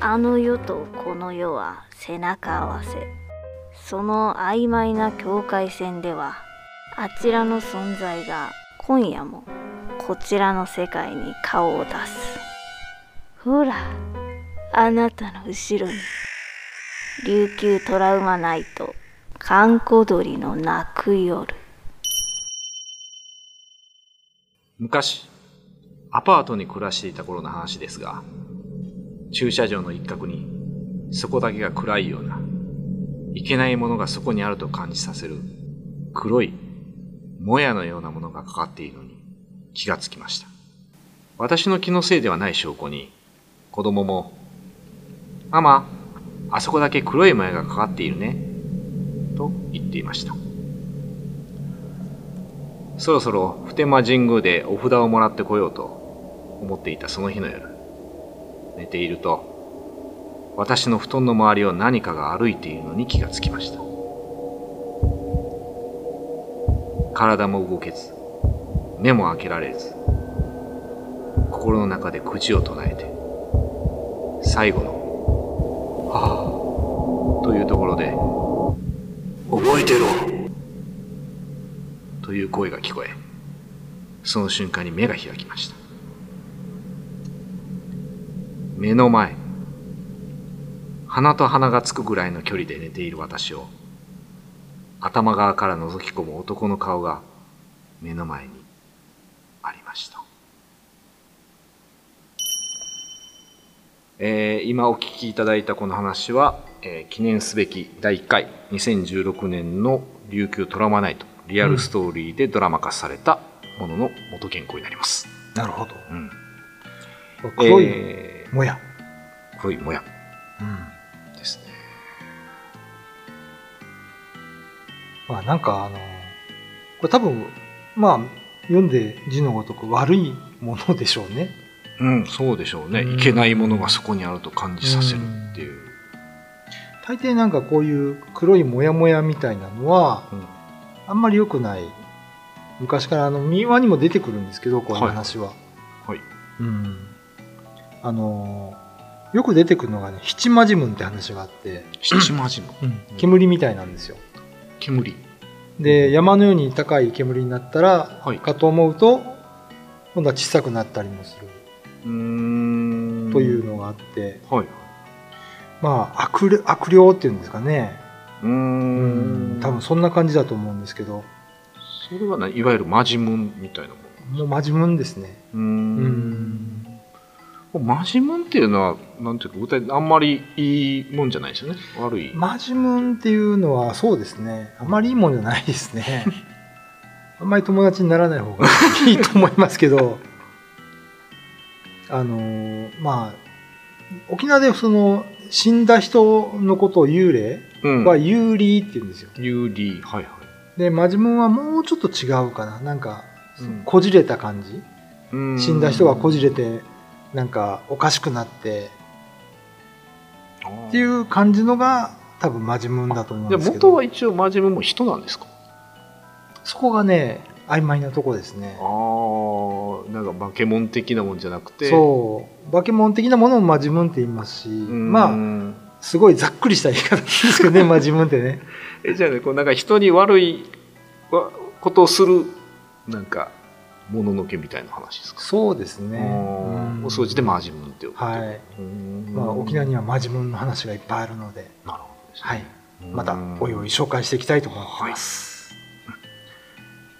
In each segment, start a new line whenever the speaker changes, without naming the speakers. あの世とこの世は背中合わせその曖昧な境界線ではあちらの存在が今夜もこちらの世界に顔を出すほらあなたの後ろに琉球トラウマナイト閑古鳥の泣く夜
昔、アパートに暮らしていた頃の話ですが、駐車場の一角に、そこだけが暗いような、いけないものがそこにあると感じさせる、黒い、もやのようなものがかかっているのに気がつきました。私の気のせいではない証拠に、子供も、ママ、あそこだけ黒いもやがかかっているね、と言っていました。そろそろ普天間神宮でお札をもらってこようと思っていたその日の夜、寝ていると、私の布団の周りを何かが歩いているのに気がつきました。体も動けず、目も開けられず、心の中で口を唱えて、最後の、はぁ、というところで、覚えてろという声が聞こえその瞬間に目が開きました目の前鼻と鼻がつくぐらいの距離で寝ている私を頭側から覗き込む男の顔が目の前にありましたえー今お聞きいただいたこの話は、えー記念すべき第1回2016年の琉球トラウマナイトリアルストーリーでドラマ化されたものの元原稿になります、
なるほど。
うん
黒い
え
もや。
ー黒いもや
うん
ですね
まあなんかあの、これ多分、まあ読んで字のごとく悪いものでしょうね。
うんそうでしょうね、
うん
いけないものがそこにあると感じさせるっていう、
大抵なんかこういう黒いもやもやみたいなのは、
うん
あんまり良くない。昔からあの、民話にも出てくるんですけど、こういう話は。
はい
うん。あの、よく出てくるのがね、七魔神文って話があって、
七魔神の
煙みたいなんですよ。
煙
で、山のように高い煙になったら、
はい
かと思うと、今度は小さくなったりもする。
うーん
というのがあって、
はい
まあ悪霊悪霊っていうんですかね、
うーん
多分そんな感じだと思うんですけど
それはないいわゆる魔人文みたいなもの
もう真面目ですね
うーんマジムンっていうのは、なんていうか、具体的にあんまりいいもんじゃないですよね。悪い。
真面目っていうのはそうですねあまりいいもんじゃないですね あんまり友達にならない方が いいと思いますけどあのーまあ沖縄でその死んだ人のことを幽霊
うん。
は幽霊って言うんですよ
有利。はいはい。
で真面目はもうちょっと違うかななんか
うん
こじれた感じ、死
死
んだ人がこじ
れ
れてなんかおかしくなって
っ
っていうう感じのが多分マジムーンだと思うん
で
ですけど
元は一応真面目も人なんですか
そこがね曖昧なとこですね
ああなんか化け物的なもんじゃなくて
そう化け物的なものをマジムーンって言いますし
ん
まあすごいざっくりした言い方ですけ どねマジムーンってね
えじゃあねこうなんか人に悪いわことをするなんかもののけみたいな話ですか
そうですね
あ
うん
ーお掃除でマジムンって呼ぶ
はい、
うん
まあ、沖縄にはマジムーンの話がいっぱいあるので、
なるほどですね
はい、また
うん
おいおい紹介していきたいと思ってます、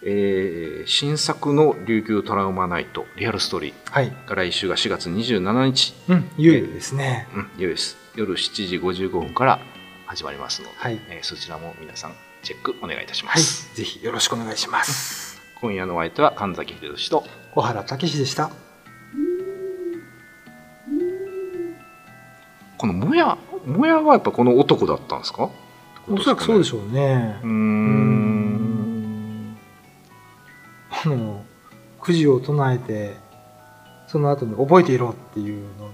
えー新作の琉球トラウマナイトリアルストーリ
はい
ーが来週が4月27日、
うん、幽霊ですね
うん、夜です夜7時55分から始まりますので、
はい、
えーそちらも皆さんチェックお願いいたしま
はい、
す、
ぜひよろしくお願いします
今夜のお相手は神崎秀俊と
小原武史でした
このもやもやはやっぱこの男だったんですか
おそらくそうで
ょ
しょうね
うーん
あのくじを唱えてその後に覚えていろっていうの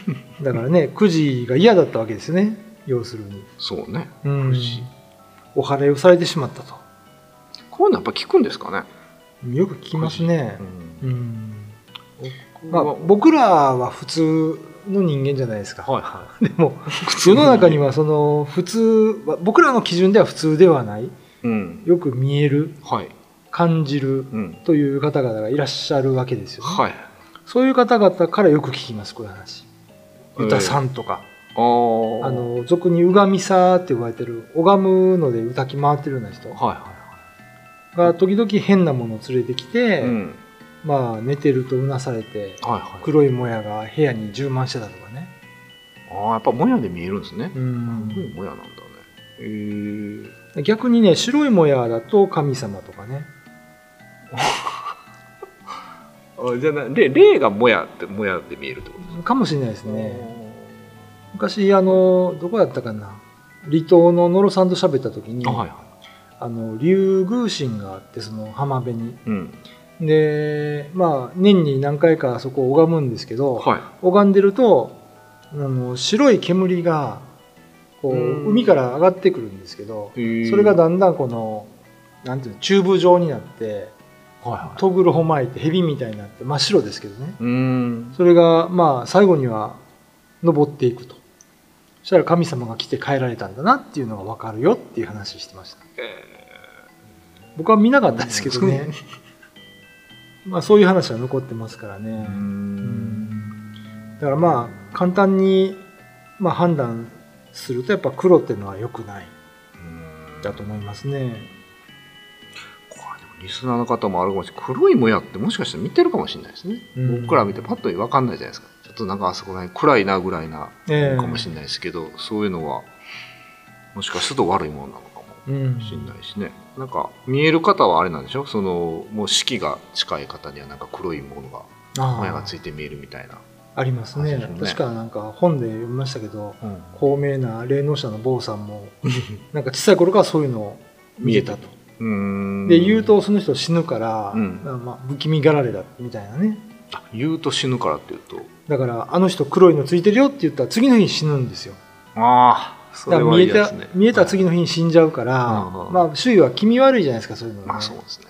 だからねくじが嫌だったわけですよね要するに
そうね
うん
じ
お祓いをされてしまったと
こういうのやっぱ聞くんですかね
よく聞きますね
うん
うんまあ、僕らは普通の人間じゃないですか、
はいは
でも世の中にはその普通は僕らの基準では普通ではない
い。うん。
よく見える
はい。
感じる
うん。
という方々がいらっしゃるわけですよ、ね
はい。
そういう方々からよく聞きますこういう話ユタさんとか、
あー
あ、の俗に「うがみさ」って呼ばれてる拝むので歌き回ってるような人
はい
が時々変なものを連れてきて、
はい。うん。
まあ寝てるとうなされて
はいはい。
黒いもやが部屋に充満してたとかね
ああ、やっぱもやで見えるんですね。
うん
もやなんだね。えー。
逆にね白いもやだと神様とかね
あじゃあな、霊霊がもやって、もやで見えるってことで
かもしれないです
す
ね
ね。
昔あのどこだったかな離島の野呂さんと喋った時に
あはいは
あの竜宮神があってその浜辺に
い。うん。
でまあ年に何回かそこを拝むんですけど、
はい。
拝んでるとあの白い煙がこう
うん
海から上がってくるんですけど
えー
それがだんだんこのなんていうのチューブ状になって
はいはい。
トグロホ巻いて蛇みたいになって真っ白ですけどね
うーん。
それがまあ最後には登っていくとそしたら神様が来て帰られたんだなっていうのが分かるよっていう話してました僕は見なかったですけどね まあそういう話は残ってますからね、
うーん。
だからまあ簡単に、まあ、判断するとやっぱ黒っていうのは良くないだと思いますね。
これでもリスナーの方もあるかもしれない黒いもやってもしかしたら見てるかもしれないですね、
うん
僕ら見てパッと分かんないじゃないですかちょっとなんかあそこら辺暗いなぐらいな
ええ
かもしれないですけど、そういうのはもしかすると悪いものなのかも
うん
しれないしねなんか見える方はあれなんでしょそのもう四季が近い方にはなんか黒いものが
ああ
もやがついて見えるみたいな、
あります
あ
ね
りますね
確かなんか本で読みましたけど
うん
高名な霊能者の坊さ んもなんか小さい頃からそういうのを見えたと。
うーん
で言うとその人死ぬから、
うん
まあまあ不気味がられだみたいなね
あ言うと死ぬからっていうと
だからあの人黒いのついてるよって言ったら次の日死ぬんですよ。
ああそ
だ
れ
から
は
見
い
え
いで
た
すね
見えた
はい
次の日に死んじゃうから、
うんうん
まあ、周囲は気味悪いじゃないですかそういうの、ね
まあそうですね。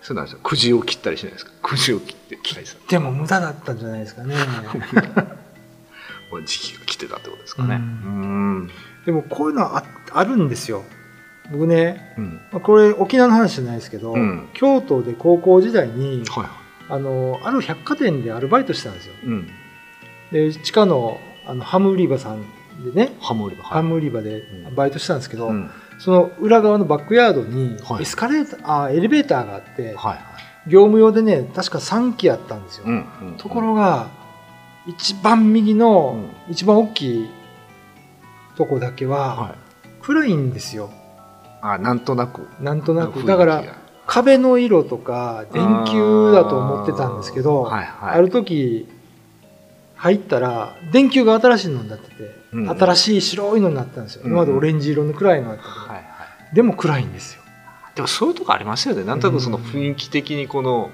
そうなんですよ。くじを切ったりしないですか。くじを切って、切っ
でも無駄だったんじゃないですかね
もう時期が来てたってことですかね。
う
うんん。
でもこういうのはああるんですよ僕ね
うん。
まあこれ沖縄の話じゃないですけど、
うん
京都で高校時代に
はいは
あのある百貨店でアルバイトしてたんですよ
い。うん。
で地下のあのハム売り場さんでね
ハモリが。
ハム売り場で
うん
バイトしてたんですけど、
うん。
その裏側のバックヤードに
はい
エスカレーター、あエレベーターがあって、
はいはい。
業務用でね確か3機あったんですよ、
うん。うん
ところが一番右の一番大きいとこだけは
はい。
暗いんですよ、
あ、なんとなく。
なんとな
雰囲
く
気が
だから壁の色とか電球だと思ってたんですけどあ,、
はいはい。
る時入ったら電球が新しいのになってて、
うんうん
新しい白いのになってたんですよ、
うんうん
今までオレンジ色の暗いのだったけど、
はいはい。
でも暗いんですよ
でもそういうとこありますよね。なんとなくその雰囲気的にこの。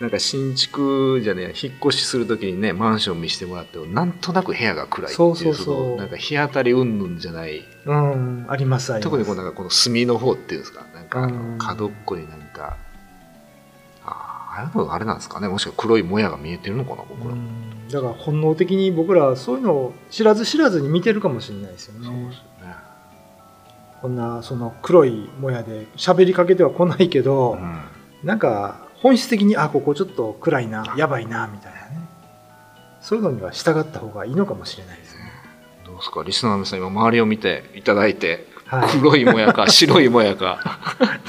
なんか新築じゃねえや引っ越しするときにねマンション見せてもらってもなんとなく部屋が暗いっていう
そうそうそう
のなんか日当たり云々じゃない
うんありますあります
特にこうなんかこの墨の方っていうんですかなんかあ
うん
の角っこになんかあーあれのあれなんですかねもしくは黒いもやが見えてるのかな僕ら、
うんだから本能的に僕らはそういうのを知らず知らずに見てるかもしれないですよね
そうですよね、
こんなその黒いもやで喋りかけては来ないけど、
うん
なんか本質的にあここちょっと暗いなやばいなみたいなねそういうのには従った方がいいのかもしれないですね、
どうですかリスナーの皆さん今周りを見ていただいて
はい、
黒いもやか白いもやか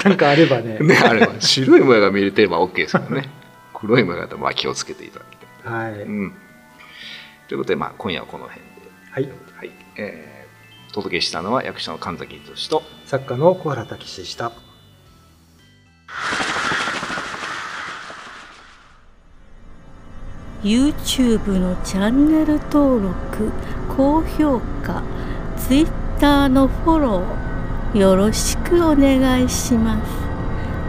なんかあればね
ねあれば白いもやが見れてれば OK ですけど ね黒いもやだとまあ気をつけていただきたい、
はい、
うん、ということでまあ今夜はこの辺で、
はい、
はいえー、お届けしたのは役者の神崎俊と
作家の小原武史でした
ー YouTube のチャンネル登録高評価 Twitter のフォローよろしくお願いします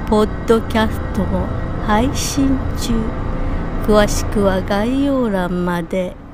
ポッドキャストも配信中詳しくは概要欄まで。